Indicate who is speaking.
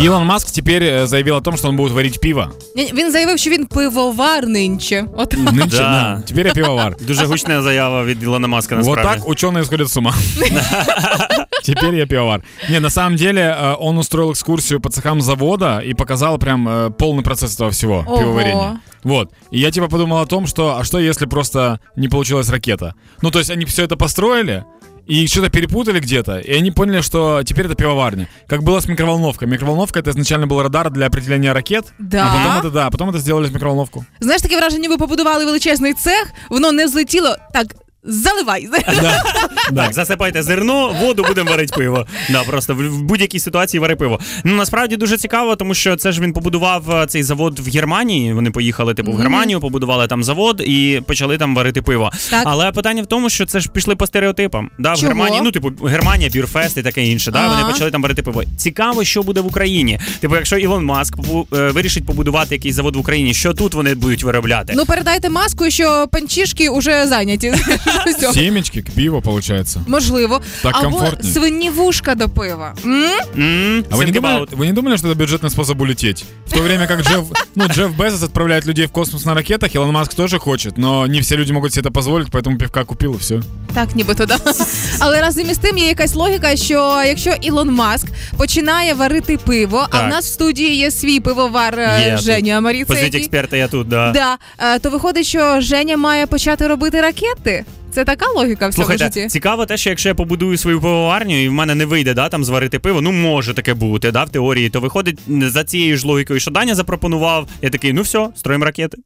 Speaker 1: Ілон Маск теперь э, заявил о том, что он будет варить пиво.
Speaker 2: Ні, Він заявив, що він пивовар нинче. От
Speaker 1: Нынче,
Speaker 3: Да.
Speaker 1: ну, теперь я пивовар.
Speaker 3: Дуже гучна заява від Ілона Маска
Speaker 1: Вот
Speaker 3: насправді.
Speaker 1: так ученые сходят с ума. Теперь я пивовар. Не, на самом деле э, он устроил экскурсию по цехам завода и показал прям э, полный процесс этого всего
Speaker 2: Ого.
Speaker 1: пивоварения. Вот. И я типа подумал о том, что а что если просто не получилась ракета? Ну, то есть они все это построили, и что-то перепутали где-то, и они поняли, что теперь это пивоварня. Как было с микроволновкой. Микроволновка это изначально был радар для определения ракет.
Speaker 2: Да.
Speaker 1: А потом это, да, потом это сделали в микроволновку.
Speaker 2: Знаєш, таке враження, ви побудували величезний цех, воно не злетіло. Так, заливай.
Speaker 3: Так, засипайте зерно, воду будемо варити пиво. Да, просто в, в будь-якій ситуації вари пиво. Ну насправді дуже цікаво, тому що це ж він побудував е, цей завод в Германії. Вони поїхали типу в Германію, побудували там завод і почали там варити пиво.
Speaker 2: Так.
Speaker 3: Але питання в тому, що це ж пішли по стереотипам. Да, в
Speaker 2: Чого?
Speaker 3: Германії, ну типу Германія, Бюрфест і таке інше. Да,
Speaker 2: Ага.
Speaker 3: вони почали там варити пиво. Цікаво, що буде в Україні. Типу, якщо Ілон Маск побу- е, вирішить побудувати якийсь завод в Україні, що тут вони будуть виробляти?
Speaker 2: Ну передайте маску, що панчішки уже зайняті. Всьо.
Speaker 1: Семечки к пиву получается.
Speaker 2: Можливо,
Speaker 1: Так
Speaker 2: або
Speaker 1: комфортніше.
Speaker 2: свині вушка до пива. М?
Speaker 3: М,
Speaker 1: А вы не,
Speaker 3: think
Speaker 1: думали,
Speaker 3: about.
Speaker 1: вы не думали, что это бюджетный способ улететь? В то время как Джефф, ну, Джефф Безос отправляет людей в космос на ракетах, Илон Маск тоже хочет, но не все люди могут себе это позволить, поэтому пивка купил і все.
Speaker 2: Так, нібито да. Але разом із тим є якась логіка, що якщо Ілон Маск починає варити пиво, а в
Speaker 3: Так.
Speaker 2: нас в студії є свій пивовар е,
Speaker 3: Є тут.
Speaker 2: Женя Маріцей.
Speaker 3: Позвіть експерта, я тут, да.
Speaker 2: Да, е, то виходить, що Женя має почати робити ракети. Це така логіка в цьому
Speaker 3: Слухайте,
Speaker 2: житті.
Speaker 3: цікаво те, що якщо я побудую свою пивоварню і в мене не вийде да, там зварити пиво, ну може таке бути, да, в теорії, то виходить м, за цією ж логікою, що Даня запропонував, я такий, ну все, строїмо ракети.